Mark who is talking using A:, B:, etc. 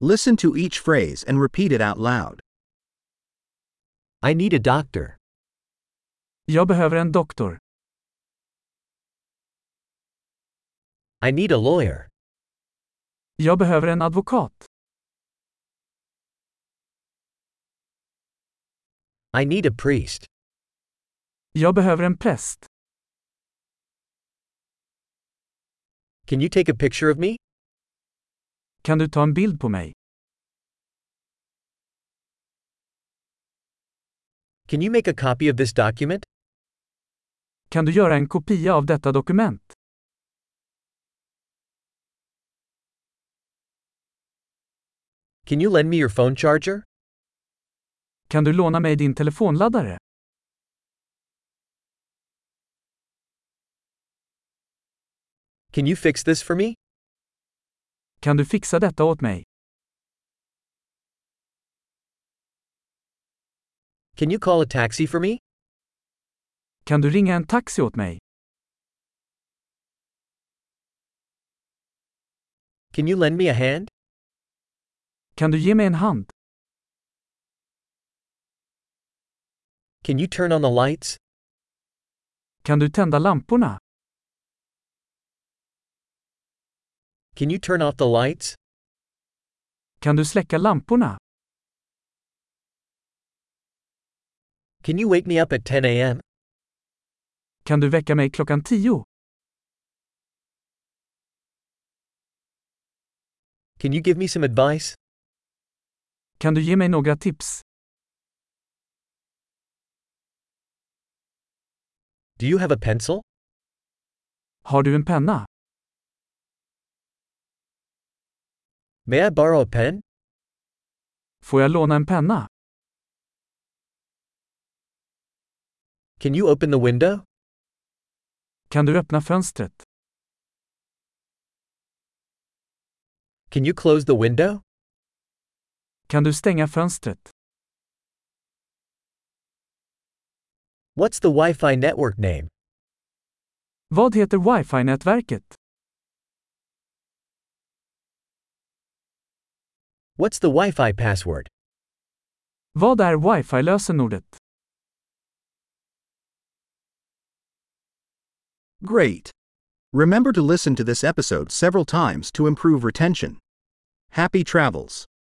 A: Listen to each phrase and repeat it out loud.
B: I need a doctor.
C: Jag behöver en doktor.
B: I need a lawyer.
C: Jag behöver en advokat.
B: I need a priest.
C: Jag behöver en präst.
B: Can you take a picture of me?
C: Kan du ta en bild på mig?
B: Can you make a copy of this document?
C: Kan du göra en kopia av detta dokument?
B: Can you lend me your phone charger?
C: Kan du låna mig din telefonladdare?
B: Can you fix this for me?
C: Kan du fixa detta åt mig?
B: Can you call a taxi for me?
C: Kan du ringa en taxi åt mig?
B: Can you lend me a hand?
C: Kan du ge mig en hand?
B: Can you turn on the lights?
C: Kan du tända lamporna?
B: Can you turn off the lights?
C: Kan du släcka lamporna?
B: Can you wake me up at 10 a.m.?
C: Kan du väcka mig klockan tio?
B: Can you give me some advice?
C: Kan du ge mig några tips?
B: Do you have a pencil?
C: Har du en penna?
B: May I borrow a pen?
C: Får jag låna en penna?
B: Can you open the window?
C: Kan du öppna fönstret?
B: Can you close the window?
C: Kan du stänga fönstret?
B: What's the Wi Fi network name?
C: Vad heter wifi-nätverket?
B: What's the Wi Fi password?
C: Vad är wifi-lösenordet?
A: Great! Remember to listen to this episode several times to improve retention. Happy travels!